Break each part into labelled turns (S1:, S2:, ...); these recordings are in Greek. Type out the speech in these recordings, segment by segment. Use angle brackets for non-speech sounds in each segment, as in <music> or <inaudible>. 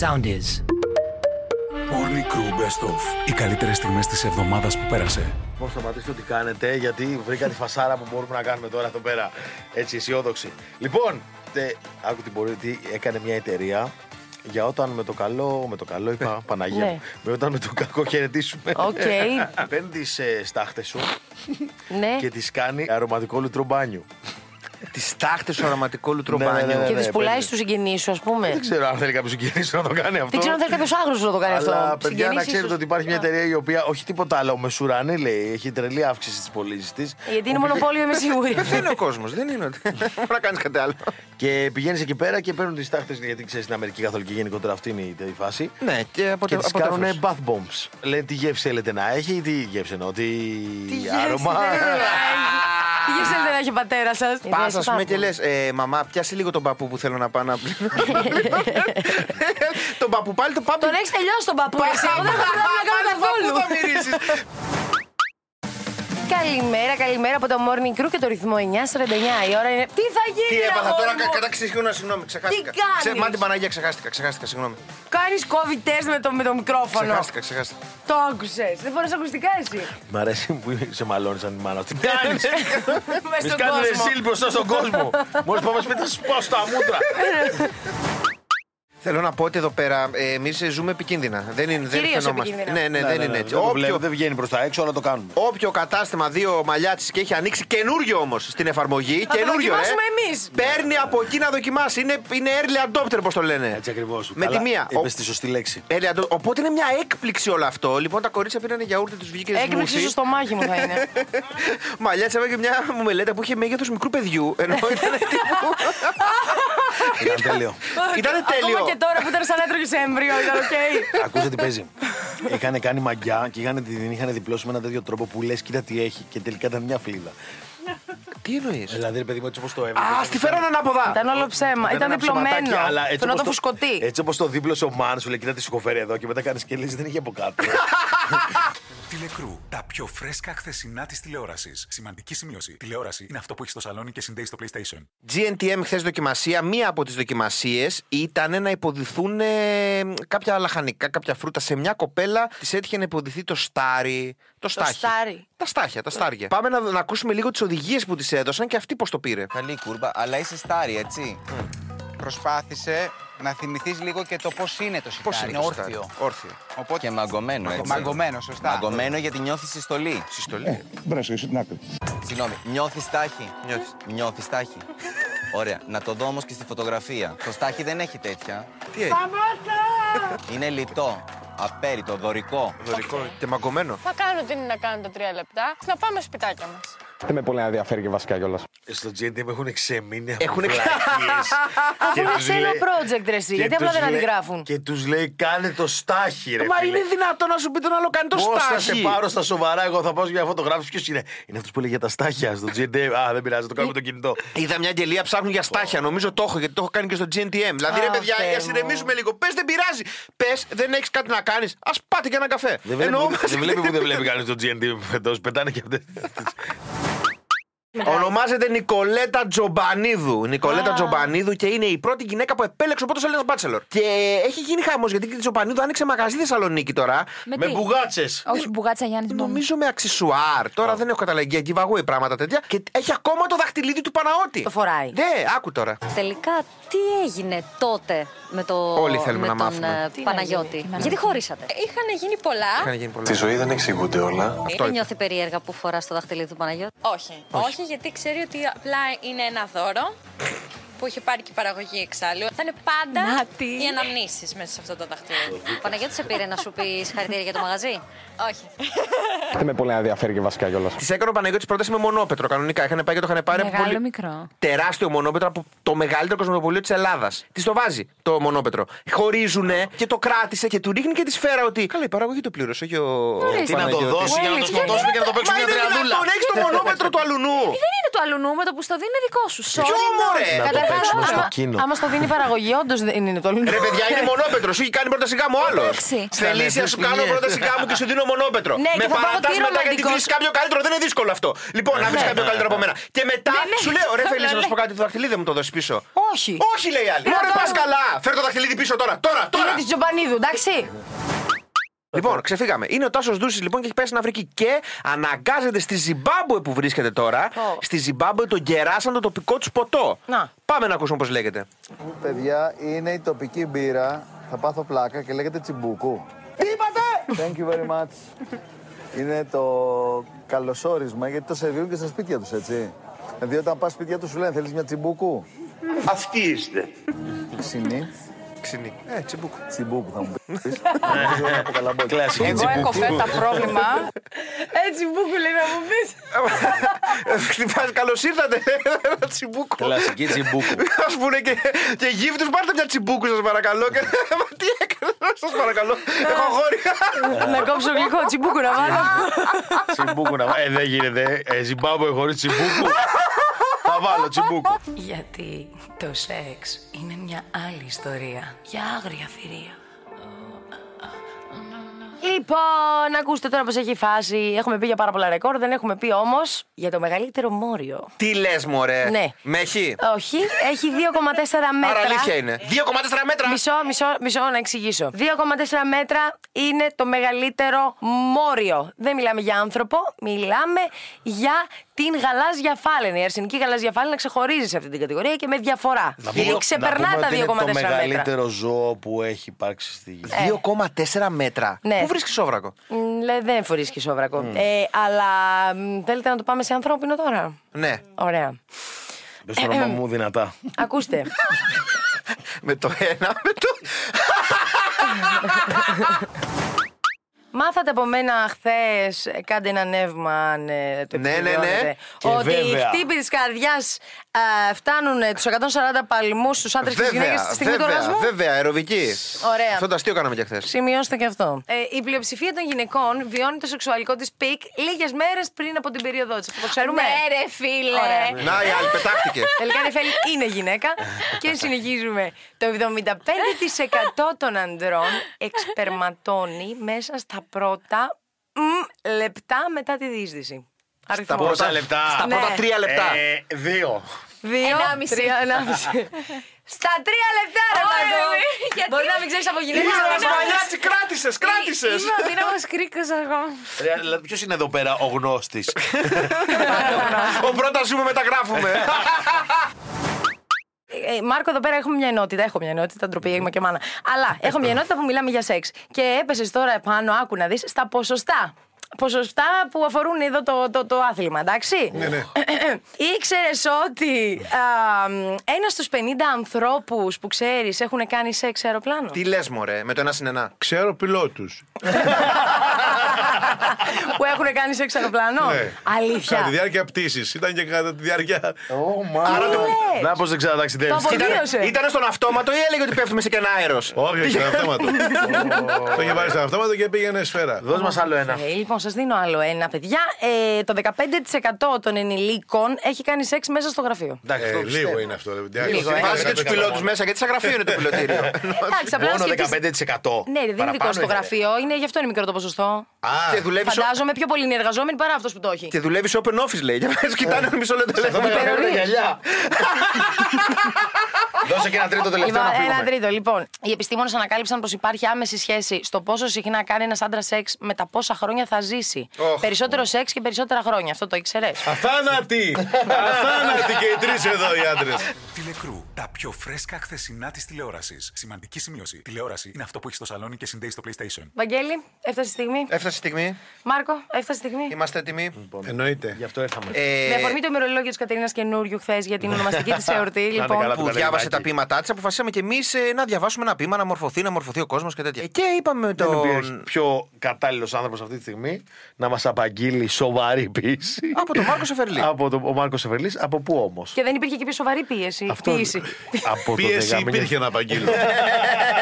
S1: sound is.
S2: Morning Crew Best Of. Οι καλύτερες στιγμές της εβδομάδας που πέρασε.
S3: Πώς σταματήστε ό,τι κάνετε, γιατί βρήκα τη φασάρα που μπορούμε να κάνουμε τώρα εδώ πέρα. Έτσι, αισιόδοξη. Λοιπόν, τε, άκου την πορεία ότι έκανε μια εταιρεία για όταν με το καλό, με το καλό
S4: <laughs>
S3: είπα Παναγία,
S4: Ναι.
S3: μου, με όταν με το κακό χαιρετήσουμε. <laughs>
S4: Οκ.
S3: Παίρνεις τις ε, στάχτες σου
S4: Ναι.
S3: και τις κάνει αρωματικό λουτρό μπάνιου.
S4: Ε.
S5: Τις τάχτες του αρωματικού λουτρομπάνιου.
S3: Ναι, ναι, ναι,
S4: Και
S3: ναι.
S4: τις πουλάει
S3: παίρνει.
S4: στους συγγενείς σου, ας πούμε.
S3: Δεν ξέρω αν θέλει κάποιος συγγενής να το κάνει αυτό.
S4: Δεν ξέρω αν θέλει κάποιος άγρο να το κάνει αυτό.
S3: Αλλά παιδιά,
S4: Συγγενείς
S3: να ξέρετε
S4: ίσως. Ε.
S3: ότι υπάρχει μια εταιρεία η οποία όχι τίποτα άλλο, με σουρανή λέει, έχει τρελή αύξηση της πωλήσει τη.
S4: Ε, Γιατί είναι μονοπόλιο, είμαι
S3: <laughs>
S4: σίγουρη.
S5: Πεθαίνει ο κόσμος. Δεν είναι ότι. <laughs> Μπορεί να κάνεις κάτι άλλο.
S3: Και πηγαίνεις εκεί πέρα και παίρνουν τις τάχτες, γιατί ξέρεις στην Αμερική Καθολική γενικότερα αυτή είναι η- η φάση.
S5: Ναι, και από
S3: Και
S5: το
S3: τις κάνουν bath bombs. Λένε τι γεύση θέλετε να έχει, τι γεύση εννοώ, τι, άρωμα.
S4: Τι γεύση θέλετε να έχει ο πατέρα σας.
S5: Πας, ας πούμε, και λες, ε, Μαμά, πιάσει λίγο τον παππού που θέλω να πάω να
S4: <laughs>
S5: πλύνω». Τον παππού πάλι το παππού.
S4: Τον έχεις τελειώσει τον παππού. εσύ. Εγώ δεν έχω πρόβλημα να κάνω καθόλου.
S5: θα μυρίσει.
S4: Καλημέρα, καλημέρα από το Morning Crew και το ρυθμό 949. Η ώρα είναι. Τι θα γίνει,
S5: Τι έπαθα
S4: αγόρι
S5: τώρα,
S4: μου?
S5: κατά ξεχύωνα, συγγνώμη, ξεχάστηκα.
S4: Τι κάνεις?
S5: Ξε- Μα την Παναγία, ξεχάστηκα, ξεχάστηκα, συγγνώμη.
S4: Κάνεις COVID test με το, με το μικρόφωνο.
S5: Ξεχάστηκα, ξεχάστηκα.
S4: Το άκουσες. Δεν φοράς ακουστικά εσύ.
S3: Μ' αρέσει που σε μαλώνεις σαν τη μάνα.
S5: Ναι,
S3: Τι κάνει,
S4: Μες
S3: Τι
S4: στον
S3: κάνει
S4: κόσμο.
S3: εσύ μπροστά στον κόσμο. Μόλις πάμε σπίτι, θα σου πάω στα μούτρα.
S5: Θέλω να πω ότι εδώ πέρα εμεί ζούμε επικίνδυνα. Δεν είναι, δεν
S4: Κυρίως
S5: φαινόμαστε. Ναι,
S4: επικίνδυνα.
S5: ναι, δεν είναι έτσι.
S3: Δεν, το βλέπω,
S5: Όποιο,
S3: δεν βγαίνει προς τα έξω, αλλά το κάνουμε.
S5: όποιο κατάστημα δύο μαλλιά τη και έχει ανοίξει καινούριο όμως στην εφαρμογή.
S4: το
S5: καινούριο, ε.
S4: δοκιμάσουμε εμείς.
S5: Παίρνει από εκεί να δοκιμάσει. Είναι, είναι early adopter, πώ το λένε.
S3: Έτσι ακριβώς.
S5: Με τη μία.
S3: Είπες τη σωστή λέξη.
S5: Ο- early adopter. Οπότε είναι μια έκπληξη όλο αυτό. Λοιπόν, τα κορίτσια πήραν γιαούρτι, τους βγήκε
S4: Έκπληξη
S5: σμούθι.
S4: στο στομάχι μου θα
S3: <laughs>
S4: είναι.
S5: Μαλλιά τη και μια μελέτα που είχε μέγεθος μικρού παιδιού. Ενώ ήταν
S4: <laughs>
S5: <laughs>
S3: Ήταν τέλειο.
S5: Ήτανε
S4: Ακόμα
S5: τέλειο.
S4: και τώρα που ήταν σαν να έτρωγε έμβριο, ήταν οκ.
S3: Ακούστε τι παίζει. Είχαν κάνει μαγιά και είχαν, την είχαν διπλώσει με έναν τέτοιο τρόπο που λες: Κοίτα τι έχει. Και τελικά ήταν μια φλίδα.
S5: Τι εννοείς.
S3: Δηλαδή, ρε παιδί μου, έτσι όπως το έβγαλε.
S5: Α, στη φέραν ανάποδα.
S4: Ήταν όλο ψέμα. Ήταν
S3: ένα
S4: διπλωμένο.
S3: ψεματάκι, αλλά έτσι
S4: Θέλω να
S3: όπως
S4: το φουσκωτεί.
S3: Έτσι όπως το Ε. δίπλωσε ο Μάν, σου λέει: Κοίτα τι σου έχω φέρει εδώ και μετά κάνεις και λες, δεν είχε από κάτω.
S2: Τηλεκρού. Τα πιο φρέσκα χθεσινά της τηλεόρασης. Σημαντική σημείωση. Τηλεόραση είναι αυτό που έχει στο σαλόνι και συνδέει στο PlayStation.
S5: GNTM χθες δοκιμασία, μία από τις δοκιμασίες ήταν να υποδηθούν ε, κάποια λαχανικά, κάποια φρούτα. Σε μια κοπέλα της έτυχε να υποδηθεί το στάρι. Το, στάχι.
S4: στάρι.
S5: Τα στάχια, τα στάρια. Πάμε να, να ακούσουμε λίγο τις οδηγίες που τη έδωσαν και αυτή πώς το πήρε.
S6: Καλή κούρμπα, αλλά είσαι στάρι, έτσι. Προσπάθησε να θυμηθείς λίγο και το πώς είναι το σιτάρι.
S5: Πώ είναι το
S6: όρθιο.
S5: στάρι. Όρθιο.
S6: Οπότε...
S7: Και μαγκωμένο, έτσι.
S6: Μαγκωμένο, σωστά.
S7: Μαγκωμένο γιατί νιώθεις συστολή.
S3: Ναι.
S5: Συστολή.
S7: Συγγνώμη, νιώθεις τάχη.
S5: Νιώθεις.
S7: Νιώθεις τάχη. Ωραία, να το δω όμως και στη φωτογραφία. Το στάχι δεν έχει τέτοια.
S5: Τι έχει.
S7: Είναι λιτό, απέριτο, δωρικό.
S5: Δωρικό και μαγκωμένο.
S8: Θα κάνω τι είναι να κάνω τα τρία λεπτά. Να πάμε σπιτάκια μας.
S3: Ε, Στο GNTM έχουν ξεμείνει από
S5: Έχουνε-
S3: βλακίες.
S4: <laughs> Αφού
S3: Και
S4: είναι
S3: τους
S4: ξένο
S3: λέει-
S4: project, ρε εσύ,
S3: και
S4: γιατί απλά
S3: τους
S4: δεν
S3: λέει-
S4: αντιγράφουν.
S3: Και τους λέει: Κάνε το στάχι, ρε.
S5: Μα
S3: φίλε.
S5: είναι δυνατό να σου πει τον άλλο κάνει το
S3: Πώς θα
S5: στάχι.
S3: σε πάρω στα σοβαρά, εγώ θα πάω για φωτογράφηση. Ποιος είναι. Είναι αυτός που λέει για τα στάχια στο GNTM. Α, δεν πειράζει, το κάνουμε το κινητό.
S5: Είδα μια αγγελία ψάχνουν για στάχια. Νομίζω το έχω γιατί το έχω κάνει και στο GNTM. Δηλαδή, ρε
S4: Α,
S5: παιδιά,
S4: Θεέ
S5: για
S4: μου.
S5: συνεμίζουμε λίγο. Πες δεν πειράζει. Πες δεν έχεις κάτι να κάνεις. Ας πάτε και ένα καφέ.
S3: Δεν βλέπει,
S5: Εννοώ
S3: που,
S5: μας-
S3: δεν βλέπει που δεν βλέπει κανείς το GNTM φετό. Πετάνε και αυτές.
S5: <laughs> Ονομάζεται Νικολέτα Τζομπανίδου. Νικολέτα Τζομπανίδου και είναι η πρώτη γυναίκα που επέλεξε ο πρώτος Έλληνας Μπάτσελορ. Και έχει γίνει χαμός γιατί η Τζομπανίδου άνοιξε μαγαζί Θεσσαλονίκη τώρα.
S3: Με μπουγάτσες.
S8: Όχι, μπουγάτσα Γιάννη μου.
S5: Νομίζω με αξισουάρ. Τώρα δεν έχω καταλαγεί για giveaway πράγματα τέτοια. Και έχει ακόμα το δαχτυλίδι του Παναώτη.
S4: Το φοράει.
S5: Ναι, άκου τώρα.
S9: Τελικά, τι έγινε τότε με, το,
S5: Όλοι θέλουμε
S9: με
S5: να
S9: τον
S5: μάθουμε.
S9: ε,
S4: Τι να
S9: Παναγιώτη.
S4: γίνει, τι να
S9: Γιατί χωρίσατε.
S8: Είχαν γίνει πολλά.
S5: Είχαν γίνει πολλά.
S9: Ε,
S5: είπα.
S9: Δεν νιώθει περίεργα που φοράς το δαχτυλίδι του Παναγιώτη.
S8: Όχι. Όχι. γιατί ξέρει ότι απλά είναι ένα δώρο που είχε πάρει και η παραγωγή εξάλλου. Θα είναι πάντα Να τι. οι αναμνήσεις μέσα σε αυτό το δαχτυλίδι.
S9: Ο Παναγιώτη σε πήρε να σου πει συγχαρητήρια για το μαγαζί.
S8: Όχι.
S5: Τη έκανε ο Παναγιώτη πρόταση με μονόπετρο κανονικά. Είχαν πάει και το είχαν πάρει από
S8: Μεγάλο, μικρό.
S5: Τεράστιο μονόπετρο από το μεγαλύτερο κοσμοπολείο της Ελλάδας. Της το βάζει το μονόπετρο. Χωρίζουνε και το κράτησε και του ρίχνει και τη σφαίρα ότι. Καλά, η παραγωγή το πλήρωσε, όχι ο.
S3: Τι να το
S5: Παναγιώτης».
S3: δώσω για να το
S4: Well,
S3: σκοτώσουμε και να το
S5: Μα
S3: παίξουμε
S5: είναι
S3: μια τριαδούλα.
S5: δυνατόν, έχεις το μονόπετρο του αλουνού.
S8: Δεν είναι
S1: του αλλού νου με το που στο δίνει είναι δικό σου. Sorry,
S5: μωρέ!
S1: no.
S3: Να το
S1: Καταρχάς,
S3: παίξουμε στο
S1: άμα-
S3: κοινό.
S4: Άμα στο δίνει η παραγωγή, όντως δεν είναι το λουνό.
S5: Ρε παιδιά, είναι μονόπετρο. Σου έχει κάνει πρόταση γάμου άλλος.
S1: Εντάξει.
S5: Θελήσει να σου κάνω
S3: Ξαναπες,
S5: πρόταση
S3: παιδιά.
S5: γάμου και σου δίνω μονόπετρο.
S4: Ναι,
S5: με
S4: και θα πάω
S5: παρατάς
S4: τι
S5: μετά γιατί
S4: ρομαντικός.
S5: βρει κάποιο καλύτερο. Δεν είναι δύσκολο αυτό. Λοιπόν, να βρεις
S4: Ναι.
S5: κάποιο καλύτερο από μένα. Και μετά
S1: ναι,
S5: σου λέω, ρε
S1: το
S5: Θελήσει να σου
S1: λέω.
S5: πω κάτι, το δαχτυλίδι δεν μου το δώσεις πίσω.
S4: Όχι. Ε,
S5: Όχι, λέει η άλλη. Μωρέ, πα καλά. Φέρ το δαχτυλίδι πίσω τώρα. Τώρα, τώρα.
S4: Είναι της Τζομπανίδου, εντάξει.
S5: Λοιπόν, ξεφύγαμε. Είναι ο Τάσος Δούση λοιπόν και έχει πάει στην Αφρική. Και αναγκάζεται στη Ζιμπάμπουε που βρίσκεται τώρα.
S4: Ω.
S5: Στη Ζιμπάμπουε τον κεράσαν το τοπικό τους ποτό.
S4: Να.
S5: Πάμε να ακούσουμε πώς
S4: <laughs>
S5: λέγεται.
S10: Παιδιά, είναι η τοπική μπύρα. Θα πάθω πλάκα και λέγεται τσιμπούκου. Τι είπατε! Thank you very much. είναι το καλωσόρισμα γιατί το σερβίρουν και στα σπίτια τους, έτσι. Δηλαδή όταν πας σπίτια τους σου λένε θέλεις μια τσιμπούκου.
S5: Αυτή είστε.
S10: Ξινή.
S5: Ξινή. Ε, τσιμπούκ.
S10: Τσιμπούκου θα μου πεις. Νομίζω να πω καλά μπόκι.
S3: Κλασική τσιμπούκου.
S1: φέτα
S3: <laughs>
S1: πρόβλημα.
S4: Έτσι, μπούκου λέει να μου πεις.
S5: Χτυπάς, καλώς ήρθατε. <laughs> Ένα τσιμπούκο.
S3: Κλασική τσιμπούκου.
S5: Ας πούνε και, και γύφτου, πάρτε μια τσιμπούκου, σας παρακαλώ. Και, Μα τι έκανε, σας παρακαλώ. Έχω χώρι.
S4: Να κόψω γλυκό τσιμπούκου να βάλω.
S3: Τσιμπούκου να Ε, δεν γίνεται. ε. Ε, Ζιμπάμπουε χωρίς τσιμπούκου. Θα βάλω τσιμπούκου.
S11: Γιατί το σεξ είναι μια άλλη ιστορία για άγρια θηρία.
S4: Λοιπόν, ακούστε τώρα πώς έχει η φάση. Έχουμε πει για πάρα πολλά ρεκόρ, δεν έχουμε πει όμως για το μεγαλύτερο μόριο.
S5: Τι λες, μωρέ.
S4: Ναι.
S5: Με έχει.
S4: Όχι, έχει 2,4 μέτρα. Ε.
S5: Άρα αλήθεια είναι. 2,4 μέτρα.
S4: Μισό, μισό, μισό να εξηγήσω. 2,4 μέτρα είναι το μεγαλύτερο μόριο. Δεν μιλάμε για άνθρωπο, μιλάμε για την γαλάζια φάλαινη. Η αρσενική γαλάζια φάλαινη ξεχωρίζει σε αυτή την κατηγορία και με διαφορά.
S3: πούμε-
S4: Και
S3: να
S4: ξεπερνά
S3: πούμε
S4: τα 2,4
S3: ότι είναι το
S4: μέτρα.
S3: μεγαλύτερο ζώο που έχει υπάρξει στη γη.
S5: 2,4 μέτρα.
S4: ε. Ναι.
S5: Πού βρίσκεις σόβρακο.
S4: Μ, λέ, δεν φορίσκει σόβρακο. Ε, αλλά μ, θέλετε να το πάμε σε ανθρώπινο τώρα.
S5: Ναι.
S4: Ωραία.
S3: Πες το
S4: Ε,
S3: όνομα μου δυνατά.
S4: Ακούστε.
S5: Με το ένα, με το.
S4: Μάθατε από μένα χθες, κάντε ένα νεύμα αν ε, το
S5: Ναι, ναι, ναι.
S4: επιβεβαιώνετε,
S3: Και
S4: Ότι οι
S3: βέβαια.
S4: χτύποι της καρδιάς φτάνουν ε, τους 140 παλμού στου άντρες και τι γυναίκες στη στιγμή του
S5: βέβαια,
S4: orgasμού.
S5: βέβαια, αεροβική.
S4: Ωραία.
S5: Αυτό το αστείο κάναμε και χθες.
S4: Σημειώστε και αυτό. Ε, η πλειοψηφία των γυναικών βιώνει το σεξουαλικό της πικ λίγες μέρες πριν από την περίοδό της. Το ξέρουμε.
S1: Ναι, ρε φίλε.
S4: Ωραία.
S5: Να, η άλλη πετάχτηκε.
S4: Τελικά η Νεφέλη είναι γυναίκα. και συνεχίζουμε. Το 75% των ανδρών εξπερματώνει μέσα στα πρώτα μ, λεπτά μετά τη διείσδυση. Αριθμό.
S3: Πόσα λεπτά.
S5: Στα πρώτα
S4: Ναι.
S5: τρία λεπτά.
S3: Ε, Δύο.
S4: Δύο,
S1: Ενάμιση.
S4: τρία, ενάμιση. Στα τρία λεπτά, ρε
S1: Ωραία,
S4: Παντό.
S1: ναι. Γιατί-
S4: Μπορεί να μην ξέρεις από γυναίκα.
S1: Είμαι
S4: αλλά
S1: ένας
S4: να-
S5: Παλιάτσι, κράτησες, κράτησες.
S1: Είμαι ο δύναμο κρίκος εγώ.
S3: Ποιος είναι εδώ πέρα ο γνώστης.
S5: Ο πρώτα ζούμε, μεταγράφουμε.
S4: Ε, Μάρκο, εδώ πέρα έχουμε μια ενότητα. Έχω μια ενότητα, ντροπή, είμαι και μάνα. Αλλά έχω μια ενότητα που μιλάμε για σεξ. Και έπεσες τώρα επάνω, άκου να δεις, στα ποσοστά. Ποσοστά που αφορούν εδώ το, το, το άθλημα, εντάξει. Ναι, <clears throat> ναι. Ήξερες ότι ένας στους 50 ανθρώπους που ξέρεις έχουν κάνει σεξ σε αεροπλάνο.
S5: Τι λες, μωρέ, με το ένα συν ένα.
S10: Ξέρω πιλότους.
S4: <laughs> που έχουν κάνει σεξ σε αεροπλάνο.
S10: Ναι.
S4: Αλήθεια.
S10: Κατά τη διάρκεια πτήσης. Ήταν και κατά τη διάρκεια.
S3: Άρα το.
S4: λες?
S3: Να πω δεν
S4: Το
S3: ξαναταξιδεύει.
S4: αποδίωσε.
S5: Ήταν στον αυτόματο ή έλεγε ότι πέφτουμε σε κανένα αέρος.
S10: Όχι, όχι, ήταν αυτόματο. Το είχε πάρει σαν αυτόματο και πήγαινε σφαίρα.
S3: Δώσ' μας άλλο ένα.
S4: Ε, λοιπόν, σας δίνω άλλο ένα, παιδιά. Ε, το 15% των ενηλίκων έχει κάνει σεξ μέσα στο γραφείο.
S3: Εντάξει,
S10: Ε,
S3: αυτό πιστεύω.
S10: λίγο είναι αυτό. ρε παιδιά.
S4: Λίγο, ε.
S5: Βάζει και τους πιλότους μέσα γιατί σαν γραφείο είναι το πιλωτήριο.
S4: Εντάξει, απλά να
S3: Μόνο
S4: σκεφτείς-
S3: 15%.
S4: Ναι, ρε, δεν είναι δικό
S3: Παραπάνω
S4: στο γραφείο, είναι, γι' αυτό είναι μικρό το ποσοστό.
S10: Α,
S5: Και δουλεύεις.
S4: Φαντάζομαι πιο πολύ είναι εργαζόμενοι παρά αυτός που το έχει.
S5: Και δουλεύεις open office, λέει. Για να κοιτάνε μισό λεπτό.
S3: Εδώ πέρα είναι γυαλιά. Δώσε και ένα τρίτο τελευταίο
S4: Λοιπόν,
S3: να
S4: ένα
S3: φύγουμε.
S4: τρίτο. Λοιπόν, οι επιστήμονες ανακάλυψαν πως υπάρχει άμεση σχέση στο πόσο συχνά κάνει ένας άντρας σεξ με τα πόσα χρόνια θα ζήσει.
S5: Ωχ.
S4: Περισσότερο σεξ και περισσότερα χρόνια. Αυτό το ήξερες.
S10: Αθάνατη! Αθάνατη και οι τρεις εδώ οι άντρες.
S2: Τηλεκρού. Τα πιο φρέσκα χθεσινά της τηλεόρασης. Σημαντική σημείωση. Τηλεόραση είναι αυτό που έχει στο σαλόνι και συνδέει στο PlayStation.
S4: Βαγγέλη, έφτασε η
S3: Ε.
S4: στιγμή.
S5: Έφτασε η στιγμή.
S4: Μάρκο, έφτασε η στιγμή.
S5: Είμαστε έτοιμοι.
S10: Ε, Εννοείται.
S3: Γι' αυτό ήρθαμε. <laughs>
S5: Ε,
S4: Με αφορμή το ημερολόγιο της Κατερίνας Καινούριου χθες για την ονομαστική της εορτή,
S3: Κάνε
S4: λοιπόν.
S3: καλά
S5: που
S3: το
S5: διάβασε τα πείματά της, αποφασίσαμε κι εμεί να διαβάσουμε ένα πείμα, να μορφωθεί, να μορφωθεί ο κόσμος και τέτοια. Ε, Και είπαμε
S3: Δεν
S5: τον-
S3: υπήρχε πιο κατάλληλος άνθρωπος αυτή τη στιγμή να μας απαγγείλει σοβαρή πίεση.
S5: Από τον Μάρκο Σεφερλή.
S3: από τον ο Μάρκος Σεφερλής. Από πού όμως.
S4: Και δεν υπήρχε και πιο σοβαρή πίεση. Πίεση.
S3: από το
S12: Πίεση
S3: δεκάμινο.
S12: υπήρχε να απαγγείλω.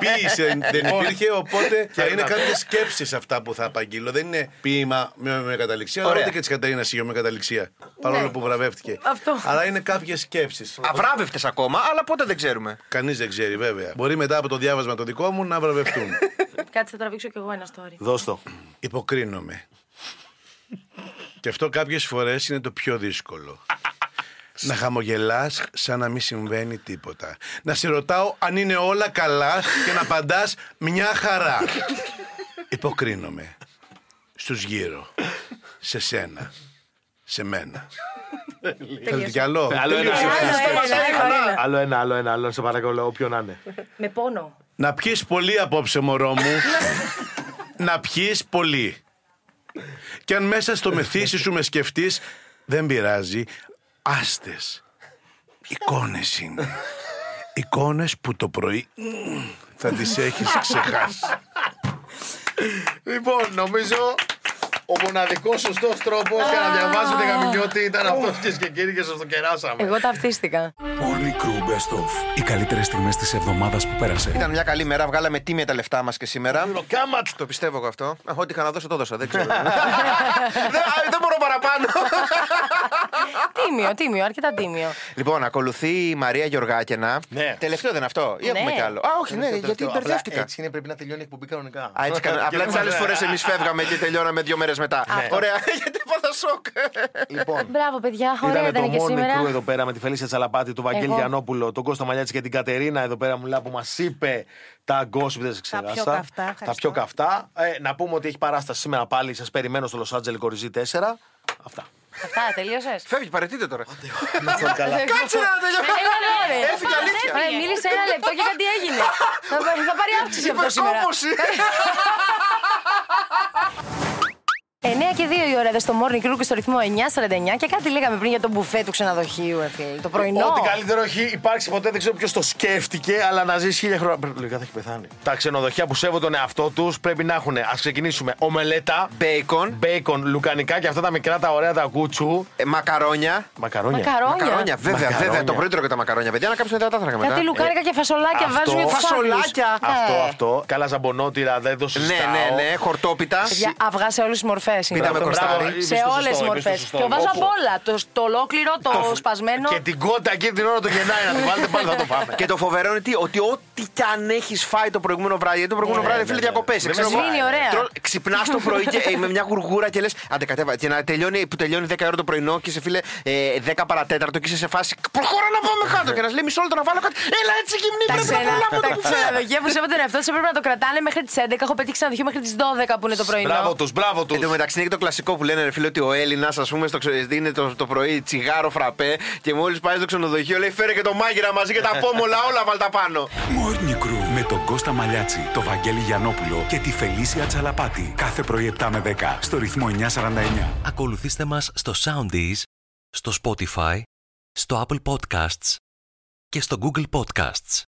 S12: Πίεση δεν- δεν υπήρχε, οπότε θα είναι κάποιες σκέψεις αυτά που θα απαγγείλω. Δεν είναι ποίημα με με καταληξία, αλλά
S5: Ωραία.
S12: ούτε και της Κατερίνα Σίγιο με καταληξία. Παρόλο που βραβεύτηκε.
S4: Ναι. Αυτό.
S12: Αλλά είναι κάποιες σκέψεις.
S5: Αβράβευτες ακόμα, αλλά πότε δεν ξέρουμε.
S12: Κανείς δεν ξέρει, βέβαια. Μπορεί μετά από το διάβασμα το δικό μου να βραβευτούν.
S4: Κάτσε, θα τραβήξω κι εγώ ένα story.
S12: Δώσ' το. Υποκρίνομαι. Και αυτό κάποιες φορές είναι το πιο δύσκολο. να χαμογελάς σαν να μην συμβαίνει τίποτα. Να σε ρωτάω αν είναι όλα καλά και να απαντάς μια χαρά. Υποκρίνομαι. Στους γύρω. Σε σένα. Σε μένα. Θέλετε κι άλλο.
S3: Άλλο ένα,
S12: Τελείωσε.
S3: άλλο ένα, άλλο ένα, άλλο ένα, σε παρακαλώ, όποιον να είναι.
S4: Με πόνο.
S12: Να πιείς πολύ απόψε μωρό μου Να πιείς πολύ Και αν μέσα στο μεθύσι σου με σκεφτείς Δεν πειράζει Άστες Εικόνες είναι Εικόνες που το πρωί μμμ, Θα τις έχεις ξεχάσει
S3: Λοιπόν, νομίζω ο μοναδικός σωστός τρόπος για να διαβάζετε γαμινιώτη ήταν αυτός κυρίε και κύριοι και σας το κεράσαμε.
S5: Ε,
S4: Εγώ ταυτίστηκα.
S2: Morning Crew Best Of. Οι καλύτερες στιγμές της εβδομάδας που πέρασε.
S5: Ήταν μια καλή μέρα, βγάλαμε τίμια τα λεφτά μας και σήμερα. Το πιστεύω εγώ αυτό. Α, Ό,τι είχα να δώσω, το δώσα. Δεν ξέρω. Δεν- α, Δεν μπορώ παραπάνω.
S4: τίμιο, τίμιο, αρκετά τίμιο.
S5: Λοιπόν, ακολουθεί η Μαρία Γεωργάκαινα. Τελευταίο δεν είναι αυτό. Ή έχουμε
S4: Ναι.
S5: κι άλλο. Α, όχι, ναι,
S3: Τελευταίο,
S5: γιατί
S3: Ε, απλά
S5: μπερδεύτηκα.
S3: Έτσι είναι, πρέπει να τελειώνει η εκπομπή κανονικά.
S5: Α,
S3: <laughs>
S5: έτσι κάνω. Απλά τις άλλες φορές εμείς φεύγαμε και τελειώναμε δύο μέρες μετά. Ωραία, γιατί έπαθα σοκ.
S3: Λοιπόν,
S4: Μπράβο, παιδιά, ωραία
S3: Ήταν
S4: ήταν
S3: το
S4: και
S3: Morning Crew
S4: σήμερα.
S3: εδώ πέρα με τη Φελίσια Τσαλαπάτη, τον Βαγγέλη
S4: Εγώ.
S3: Γιαννόπουλο, τον Κώστα Μαλιάτση και την Κατερίνα εδώ πέρα μουλά που μας είπε τα gossip δεν σε ξεχάσα.
S13: πιο καυτά,
S3: Τα
S13: ευχαριστώ.
S3: πιο καυτά. Ε, να πούμε ότι έχει παράσταση σήμερα πάλι. Σας περιμένω στο Λο Άντζελε Κοριζή 4. Αυτά.
S4: Αυτά, τελείωσες.
S3: <laughs>
S5: Φεύγει, παρετείτε τώρα.
S3: καλά.
S5: Κάτσε να τελειώσει. Έφυγε αλήθεια.
S4: Ρε, μίλησε ένα λεπτό και κάτι έγινε. θα, πα- θα πάρει αύξηση
S3: Λοιπόν,
S4: αυτό σήμερα.
S5: Υπερκόμποση.
S4: 9 και 2 η ώρα εδώ στο Morning Crew και στο ρυθμό 9.49 και κάτι λέγαμε πριν για το μπουφέ του ξενοδοχείου, ε, φίλοι. Το πρωινό.
S3: Ό,τι καλύτερο έχει υπάρξει ποτέ, δεν ξέρω ποιος το σκέφτηκε, αλλά να ζεις χίλια χρόνια. Λογικά θα έχει πεθάνει. Τα ξενοδοχεία που σέβονται τον εαυτό τους πρέπει να έχουν, ας ξεκινήσουμε, ομελέτα,
S5: μπέικον,
S3: μπέικον, λουκανικά και αυτά τα μικρά τα ωραία τα κούτσου.
S5: Ε, μακαρόνια.
S3: Μακαρόνια.
S5: Μακαρόνια, βέβαια,
S3: Μακαρόνια.
S5: βέβαια. Το πρωί τρώγα τα μακαρόνια, παιδιά, να κάψουμε τα τάθρακα μετά.
S4: Κάτι λουκάρικα και φασολάκια
S3: ε. αυτό-
S4: βάζουν για τους
S5: Φασολάκια.
S4: άλλους.
S3: Αυτό,
S4: Ε.
S3: αυτό. Καλά ζαμπονότηρα, δεν το συζητάω. Ε,
S5: ναι, ναι, χορτόπιτα.
S4: Παιδιά, αυγά σε όλε τις μορφές.
S3: Πίτα με κοστάρι. Είπες
S4: Σε
S3: το
S4: όλε τι
S3: σωστό,
S4: μορφέ.
S3: είπες το σωστό.
S4: Το βάζω
S3: Όπου.
S4: απ' όλα. Το, το ολόκληρο, το, σπασμένο.
S3: Και την κότα εκεί την ώρα το γεννάει να την βάλετε πάλι θα το πάμε.
S5: Και το φοβερό είναι τι, ότι ό,τι κι αν έχεις φάει το προηγούμενο βράδυ, γιατί το προηγούμενο
S3: Ναι,
S5: βράδυ
S3: ναι,
S5: φίλε
S3: ναι.
S5: διακοπές.
S3: Δεν με σβήνει, ωραία.
S5: Ξυπνάς το πρωί και ε, με μια γουργούρα και λες: Αντεκατέβα. Και να τελειώνει, που τελειώνει 10 ώρα το πρωινό και σε φίλε ε, 10 παρατέταρτο και είσαι σε φάση. Προχώρα να πάμε κάτω. Και να σου λέει μισό λεπτό να βάλω κάτι. Έλα έτσι γυμνή,
S4: Τα
S5: πρέπει να
S4: ξένα,
S5: προλάβω
S4: τα
S5: το που φέρω.
S4: ξενοδοχεία που σέβονται τον εαυτό του έπρεπε να το κρατάνε μέχρι τις 11. Έχω πετύχει ξενοδοχείο μέχρι τις 12 που είναι το πρωινό.
S3: τους, μπράβο τους.
S5: Εν τω μεταξύ είναι και το κλασικό που λένε ρε φίλε ότι ο Έλληνας, ας πούμε, στο ξε- δίνει το, το πρωί τσιγάρο φραπέ και μόλις πάει στο ξενοδοχείο λέει φέρε και το μάγειρα μαζί και τα
S3: <laughs>
S5: πόμολα όλα βάλτα πάνω.
S2: Morning Crew με τον Κώστα Μαλιάτση, τον Βαγγέλη Γιαννόπουλο και τη Φελίσια Τσαλαπάτη. Κάθε πρωί 7 με 10 στο ρυθμό 949.
S14: Ακολουθήστε μας στο Soundees, στο Spotify, στο Apple Podcasts και στο Google Podcasts.